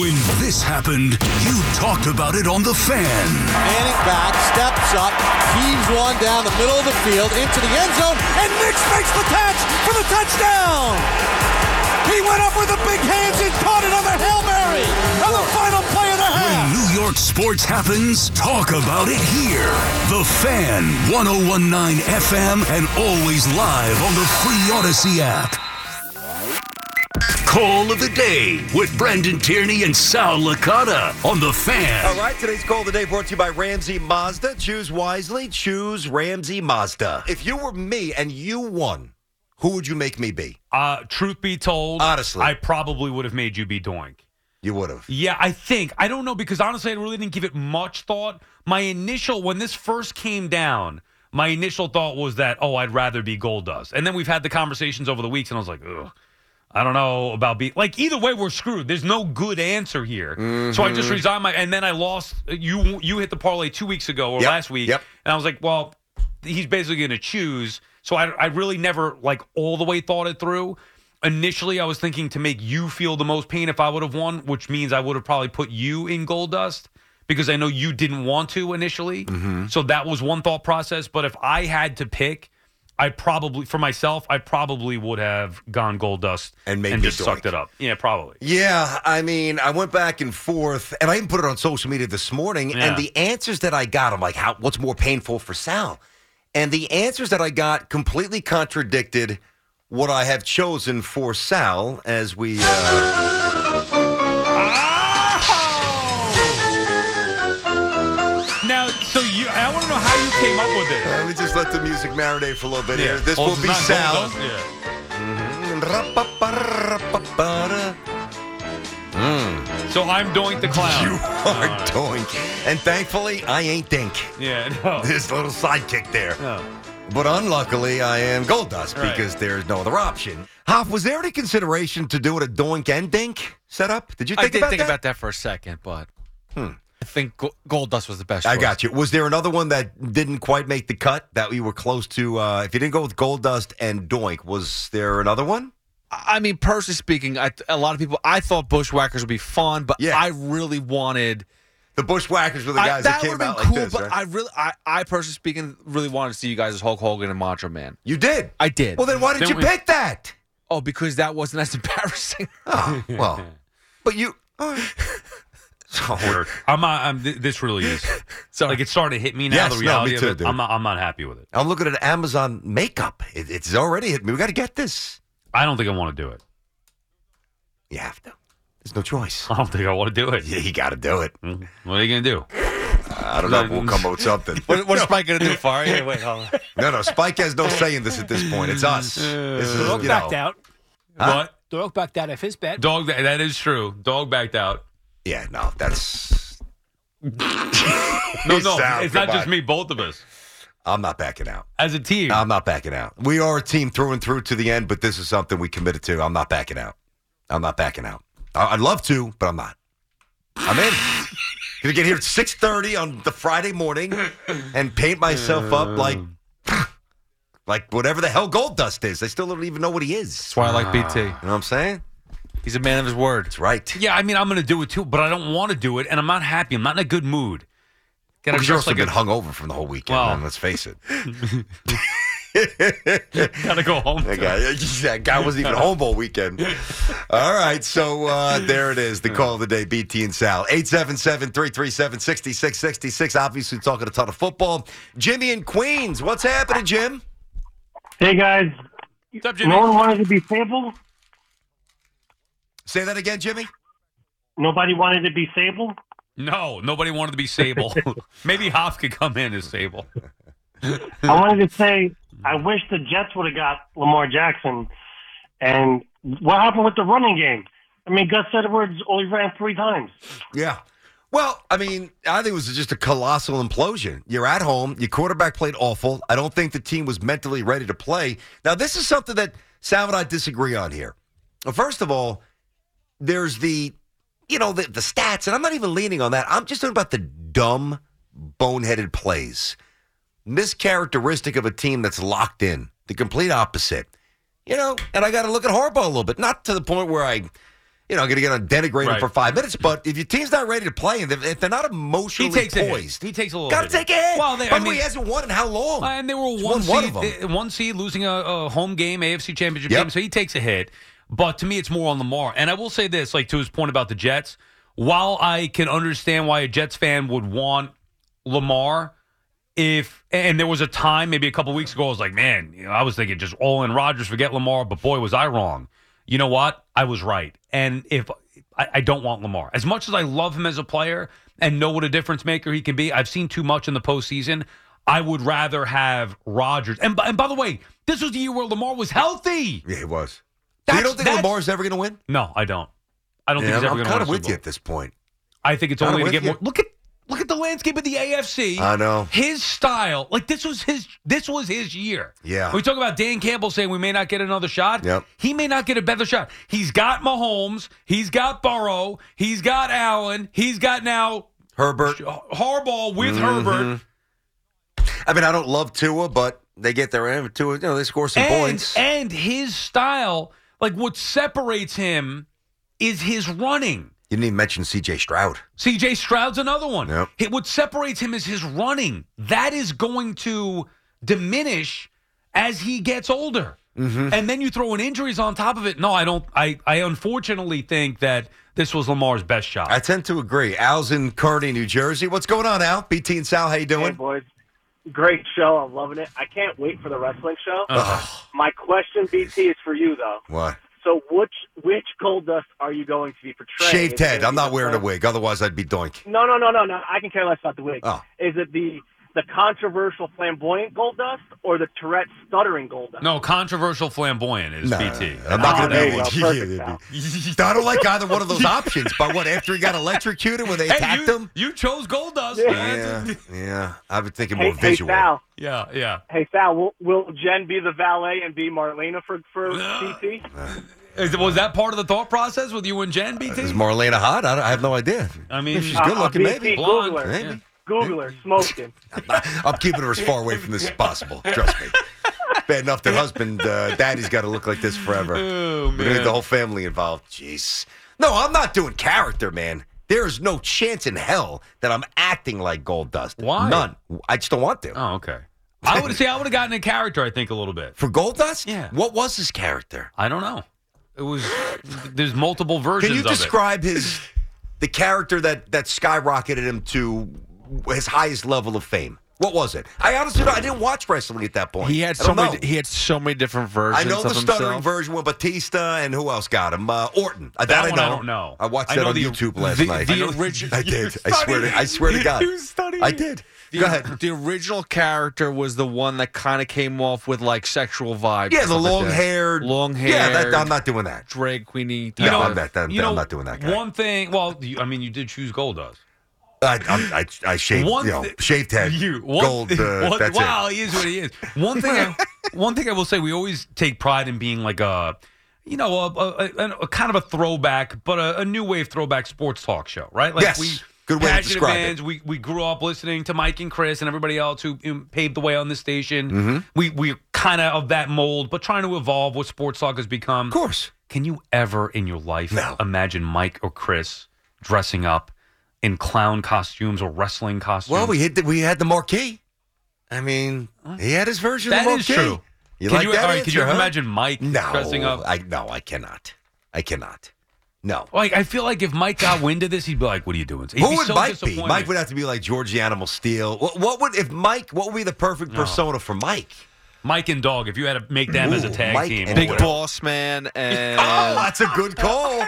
When this happened, you talked about it on The Fan. Manning back, steps up, heaves one down the middle of the field into the end zone, and Nix makes the catch for the touchdown. He went up with the big hands and caught it on the Hail Mary on the final play of the half. When New York sports happens, talk about it here. The Fan, 1019 FM, and always live on the free Odyssey app. Call of the Day with Brendan Tierney and Sal Licata on The Fan. All right, today's call of the day brought to you by Ramsey Mazda. Choose wisely, choose Ramsey Mazda. If you were me and you won, who would you make me be? Uh, truth be told, Honestly. I probably would have made you be doink. You would have. Yeah, I think. I don't know because honestly, I really didn't give it much thought. My initial, when this first came down, my initial thought was that, oh, I'd rather be Gold Dust. And then we've had the conversations over the weeks, and I was like, ugh. I don't know about be like either way we're screwed. There's no good answer here, so I just Mm-hmm. resigned my and then I lost. You you hit the parlay two weeks ago or Yep, last week, yep. and I was like, well, he's basically going to choose. So I, I really never like all the way thought it through. Initially, I was thinking to make you feel the most pain if I would have won, which means I would have probably put you in gold dust because I know you didn't want to initially. Mm-hmm. So that was one thought process. But if I had to pick, I probably for myself, I probably would have gone gold dust And made you just sucked doink. it up. Yeah, probably. Yeah, I mean, I went back and forth, and I even put it on social media this morning. Yeah. And the answers that I got, I'm like, how? What's more painful for Sal? And the answers that I got completely contradicted what I have chosen for Sal. As we, uh, Now, so you, I want to know how you came up with it. let me just let the music marinate for a little bit here. This Oh, will it's be not gold Sal. dust, yeah. Ra-pa-pa-ra-pa-pa-ra. So I'm Doink the Clown. You are doing. And thankfully, I ain't Dink, Yeah, no. this little sidekick there. no. But unluckily, I am Gold Dust Right. because there's no other option. Hoff, was there any consideration to doing a Doink and Dink setup? Did you I think did about think that? Hmm. about that for a second, but I think Go- Gold Dust was the best. I choice. got you. Was there another one that didn't quite make the cut that we were close to? Uh, if you didn't go with Gold Dust and Doink, was there another one? I mean, personally speaking, I, a lot of people. I thought Bushwhackers would be fun, but Yeah. I really wanted. The Bushwhackers were the I- guys that, that came would've out been like cool, this. but right? I really, I, I personally speaking, really wanted to see you guys as Hulk Hogan and Macho Man. you did. I did. Well, then why did Then you we- pick that? oh, because that wasn't as embarrassing. Oh, well, but you. so we're I'm, uh, I'm, th- this really is. Sorry. Like, it's starting to hit me now, Yes, the no, reality me too, of it. dude. I'm not, I'm not happy with it. I'm looking at Amazon makeup. It, it's already hit me. We got to get this. I don't think I want to do it. You have to. There's no choice. I don't think I want to do it. Yeah, you got to do it. Mm, What are you going to do? I don't know. if We'll come up with something. what, what is Mike gonna do for you? Wait, hold on. No, no. Spike has no say in this at this point. It's us. Uh, This is you know. backed out. What? Doyle backed out of his bet. Dog, that, that is true. Dog backed out. Yeah, no. That's. No, no, Sal, it's not goodbye. just me, both of us. I'm not backing out. As a team. I'm not backing out. We are a team through and through to the end, but this is something we committed to. I'm not backing out. I'm not backing out. I- I'd love to, but I'm not. I'm in. Gonna get here at 6:30 on the Friday morning and paint myself up like, like whatever the hell Gold Dust is. I still don't even know what he is. That's why I like Ah. BT. You know what I'm saying? He's a man of his word. That's right. yeah, I mean, I'm going to do it too, but I don't want to do it, and I'm not happy. I'm not in a good mood. Gotta Because you're dress also been a- hungover from the whole weekend. Well. man, let's face it. Gotta go home. That guy, that guy wasn't even home all weekend. All right, so uh, there it is. The call of the day, BT and Sal. 877-337-6666. Obviously talking a ton of football. Jimmy in Queens. What's happening, Jim? Hey guys, What's up, Jimmy? no one wanted to be Sable. Say that again, Jimmy. Nobody wanted to be Sable. No, nobody wanted to be Sable. Maybe Hoff could come in as Sable. I wanted to say I wish the Jets would have got Lamar Jackson. And what happened with the running game? I mean, Gus Edwards only ran three times. Yeah. Well, I mean, I think it was just a colossal implosion. You're at home. Your quarterback played awful. I don't think the team was mentally ready to play. Now, this is something that Sal and I disagree on here. Well, First of all, there's the, you know, the, the stats, and I'm not even leaning on that. I'm just talking about the dumb, boneheaded plays. Mischaracteristic of a team that's locked in, the complete opposite. You know, and I got to look at Harbaugh a little bit, not to the point where I you know, going to get on denigrate him Right. for five minutes. But if your team's not ready to play and if if they're not emotionally takes a hit. poised, He takes a little Got to hit. take a hit. Well, they- By I the way, mean- he hasn't won in how long? And they were He's one won one seed, of them. eh, one seed losing a, a home game, AFC Championship Yep. game, so he takes a hit. But to me, it's more on Lamar. And I will say this, like to his point about the Jets, while I can understand why a Jets fan would want Lamar, if and there was a time maybe a couple weeks ago, I was like, man, you know, I was thinking just all in Rodgers, forget Lamar, but boy, was I wrong. You know what? I was right. And if I, I don't want Lamar, as much as I love him as a player and know what a difference maker he can be, I've seen too much in the postseason. I would rather have Rodgers. And, by- and by the way, this was the year where Lamar was healthy. yeah, he was. So That's- you don't think that's- Lamar's ever going to win? No, I don't. I don't Yeah, think he's ever I'm going to kind of with you at this point. I think it's Kinda only with going to get you. more. Look at look at the landscape of the AFC. I know. his style. Like this was his this was his year. Yeah. we talk about Dan Campbell saying we may not get another shot. Yep. he may not get a better shot. He's got Mahomes. He's got Burrow. He's got Allen. He's got now Herbert. Harbaugh with Mm-hmm. Herbert. I mean, I don't love Tua, but they get their end. Tua, you know, they score some and, points. And his style, like what separates him, is his running. you didn't even mention C.J. Stroud. CJ Stroud's another one. Yep. He- what separates him is his running. That is going to diminish as he gets older. Mm-hmm. And then you throw in injuries on top of it. No, I don't. I, I unfortunately think that this was Lamar's best shot. I tend to agree. Al's in Kearney, New Jersey. What's going on, Al? BT and Sal, how you Hey, doing? boys. Great show. I'm loving it. I can't wait for the wrestling show. Ugh, My question, BT, is for you, though. what? So, which which gold dust are you going to be portraying? Shaved Is it head. gonna I'm be not the wearing a first- wig. Otherwise, I'd be doink. No, no, no, no, no. I can care less about the wig. Oh. Is it the the controversial flamboyant gold dust or the Tourette stuttering gold dust? no, controversial flamboyant is No, BT. I'm not Oh, going there to be you go. Perfect, Al. I don't like either one of those options. But what? After he got electrocuted when they Hey, attacked you, him? you chose gold dust. Yeah, yeah. I've been thinking Hey, more hey visual. Sal. yeah, yeah. Hey Sal. Will, will Jen be the valet and be Marlena for for Uh, BT? Is, was that part of the thought process with you and Jen, BT? Uh, Is Marlena hot? I, don't- I have no idea. I mean, If she's good looking, Uh, maybe. BT. blonde. Googler. yeah. Maybe. Googler smoking. I'm keeping her as far away from this as possible. Trust me. Bad enough their husband, uh, daddy's got to look like this forever. Oh, We're gonna get man. the whole family involved. Jeez. No, I'm not doing character, man. There is no chance in hell that I'm acting like Gold Dust. Why? None. I just don't want to. Oh, okay. I would see. I would have gotten a character. I think a little bit. For Gold Dust? Yeah. What was his character? I don't know. It was there's multiple versions. Can you of it. describe his the character that that skyrocketed him to his highest level of fame? What was it? I honestly don't, I didn't watch wrestling at that point. He had I don't so many. know. He had so many different versions. I know of the stuttering himself. version with Batista and who else got him? Uh, Orton. Uh, That I one I don't know. I watched I that know on the- YouTube last the- night. the I know- origi- I You're did. I swear to I swear to God. You studied I it. did. The, Go ahead. The original character was the one that kind of came off with like sexual vibes. Yeah, and the stuff like long that. haired, long hair. Yeah, that, I'm not doing that. drag queeny. No, type I'm of- not. that- you know, I'm not doing that. Guy. One thing. Well, you, I mean, you did choose gold dust. I, I'm- I, I shaved, One you know, thi- shaved head, You one, gold. Uh, one- that's wow, it. he is what he is. One thing. I, one thing I will say, we always take pride in being like a, you know, a, a, a, a kind of a throwback, but a, a new wave throwback sports talk show, right? Like Yes. Good way to passionate describe it. fans, We we grew up listening to Mike and Chris and everybody else who um, paved the way on this station. Mm-hmm. We we kind of of that mold, but trying to evolve what sports talk has become. Of course. Can you ever in your life No. imagine Mike or Chris dressing up in clown costumes or wrestling costumes? Well, we hit. The, we had the marquee. I mean, he had his version That of the is marquee. true. You can like you, that all right, can you answer, huh? imagine Mike No, dressing up? I no, I cannot. I cannot. No. like I feel like if Mike got wind of this, he'd be like, "What are you doing?" He'd Who be would so Mike be? disappointed. Mike would have to be like George the Animal Steel. What, what would if Mike? What would be the perfect persona for Mike? Mike and Dog. If you had to make them as a Ooh, tag Mike team, and Big Dog. boss man and. oh, that's a good call.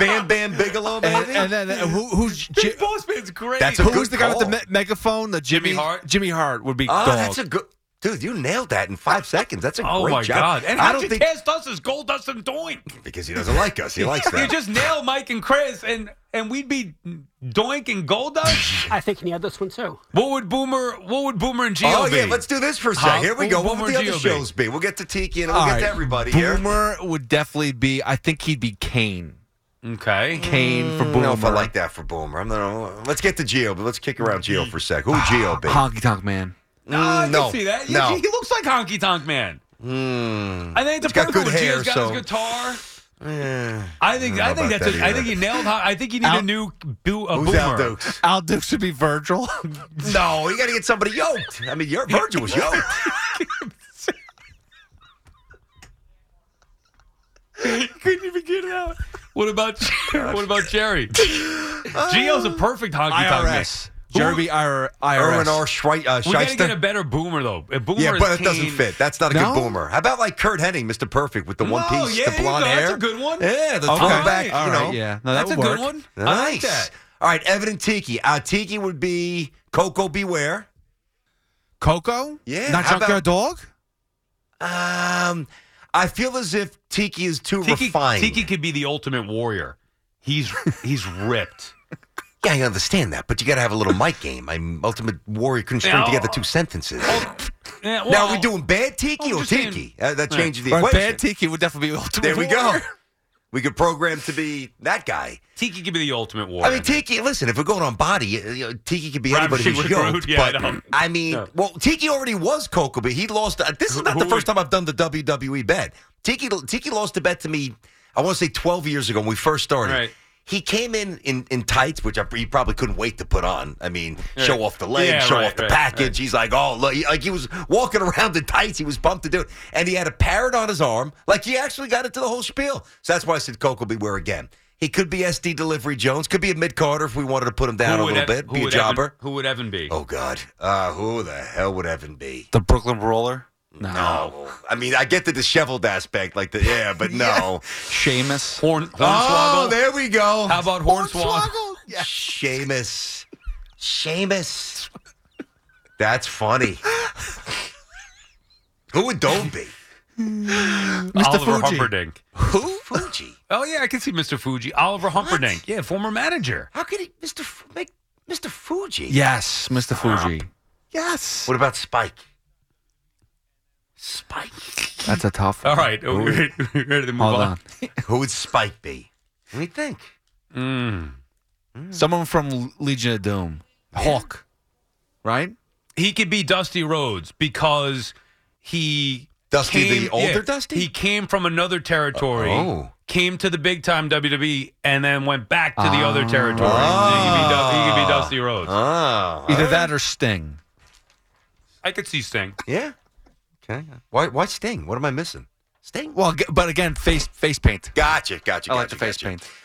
Bam Bam Bigelow, and, maybe. and then who, who's Ji- Big Boss Man's great. That's a who good was the guy with the call. me- megaphone? The Jimmy, Jimmy Hart? Jimmy Hart Ah, would be oh, dog. that's a good. Dude, you nailed that in five seconds. That's a oh great my job. god! And I how'd don't you think cast us as Gold Dust and Doink? because he doesn't like us. He likes You that. just nail Mike and Chris, and and we'd be Doink and Gold Dust. I think he had this one too. what would Boomer? What would Boomer and Gio oh be? yeah, let's do this for a How- second. Here we who- go. what What would would the other Gio be? shows be? We'll get to Tiki and we'll All get right, to everybody here. Boomer would definitely be. I think he'd be Kane. okay. Kane for I Boomer. don't know if I like that for Boomer. I'm not, let's get to Geo, but let's kick around Geo for a sec. Who would Geo be? Honky Tonk Man. No, Ah, I can Mm, no, see that. no. Hmm. He, he looks like Honky Tonk Man. I think the got perfect good with hair, Gio's got so- his guitar. Eh, I think I I, don't know about think that's that a, I either. think you nailed. How, I think you need a Out- new boo, a Who's Al boomer. Dukes? Al Duke should be Virgil. No, you got to get somebody yoked. I mean, your Virgil was yoked. Couldn't even get it out. What about what about Jerry? Gio's a perfect hockey talk mix. Who- Jeremy IR, IRS. Erwin R. Schwei- uh, We gotta get a Shyster. better boomer though. A boomer Yeah, is but it doesn't Kane. fit. That's not a No? good boomer. How about like Kurt Hennig, Mr. Perfect, with the one No, piece, yeah, the there you blonde go. That's hair? a good one. Yeah, the Okay. throwback. All you right, know, yeah. No, that That's a would good work. one. Nice. I like that. All right, Evan and Tiki. Uh, Tiki would be Coco Beware. Coco? Yeah, Not how Junkyard about- Dog? Um, I feel as if Tiki is too Tiki, refined. Tiki could be the ultimate warrior. He's he's ripped. Yeah, I understand that, but you got to have a little mic game. I'm Ultimate Warrior couldn't string Now- together two sentences. Yeah, now, well, are we doing bad Tiki I'm or just saying- Tiki? Uh, that changes the Or equation. Bad Tiki would definitely be Ultimate there we go. Warrior. We could program to be that guy. Tiki could be the ultimate warrior. I mean, Tiki. Listen, if we're going on body, uh, you know, Tiki could be Rhyme anybody sheet who's with yoked. Groot, yeah, I but know. I mean, No. well, Tiki already was Coco, but he lost. Uh, this is not Who the would- first time I've done the WWE bet. Tiki Tiki lost a bet to me. I want to say twelve years ago when we first started. Right. He came in, in in tights, which I, he probably couldn't wait to put on. I mean, show off the leg, Yeah, show right, off the right, package. He's like, oh, look, he- like he was walking around in tights. He was pumped to do it, and he had a parrot on his arm. Like he actually got into the whole spiel. So that's why I said Coco beware again. He could be SD Delivery Jones. Could be a mid Carter if we wanted to put him down a would little bit. Ev- who Be a would jobber. Evan, who would Evan be? Oh God, uh, who the hell would Evan be? The Brooklyn Roller? No, I mean I get the disheveled aspect, like the yeah, but no. Seamus? Horn, Hornswoggle. Oh, there we go. How about Hornswoggle? Yeah. Seamus, Seamus. That's funny. who would Dome be? Oliver Fuji. Humperdinck. Who? Fuji. Oh yeah, I can see Mr. Fuji. Oliver Humperdinck. Yeah, former manager. How could he, Mister F- make Mister Fuji? Yes, Ah. Mr. Fuji. Yes. What about Spike? Spike. That's a tough one. All right, are we ready we ready to move Hold on? on. who would Spike be? Let me think. Someone from Legion of Doom. Hawk. Right? He could be Dusty Rhodes because he Dusty, came- the older yeah, Dusty. He came from another territory. Oh. Came to the big time WWE and then went back to the other territory. He, could be, Du- he could be Dusty Rhodes. Ah, Either that or Sting. I could see Sting. Yeah. Okay. Why? Why Sting? What am I missing? Sting. Well, g- but again, face face paint. Gotcha. Gotcha. I like the gotcha, face gotcha. paint.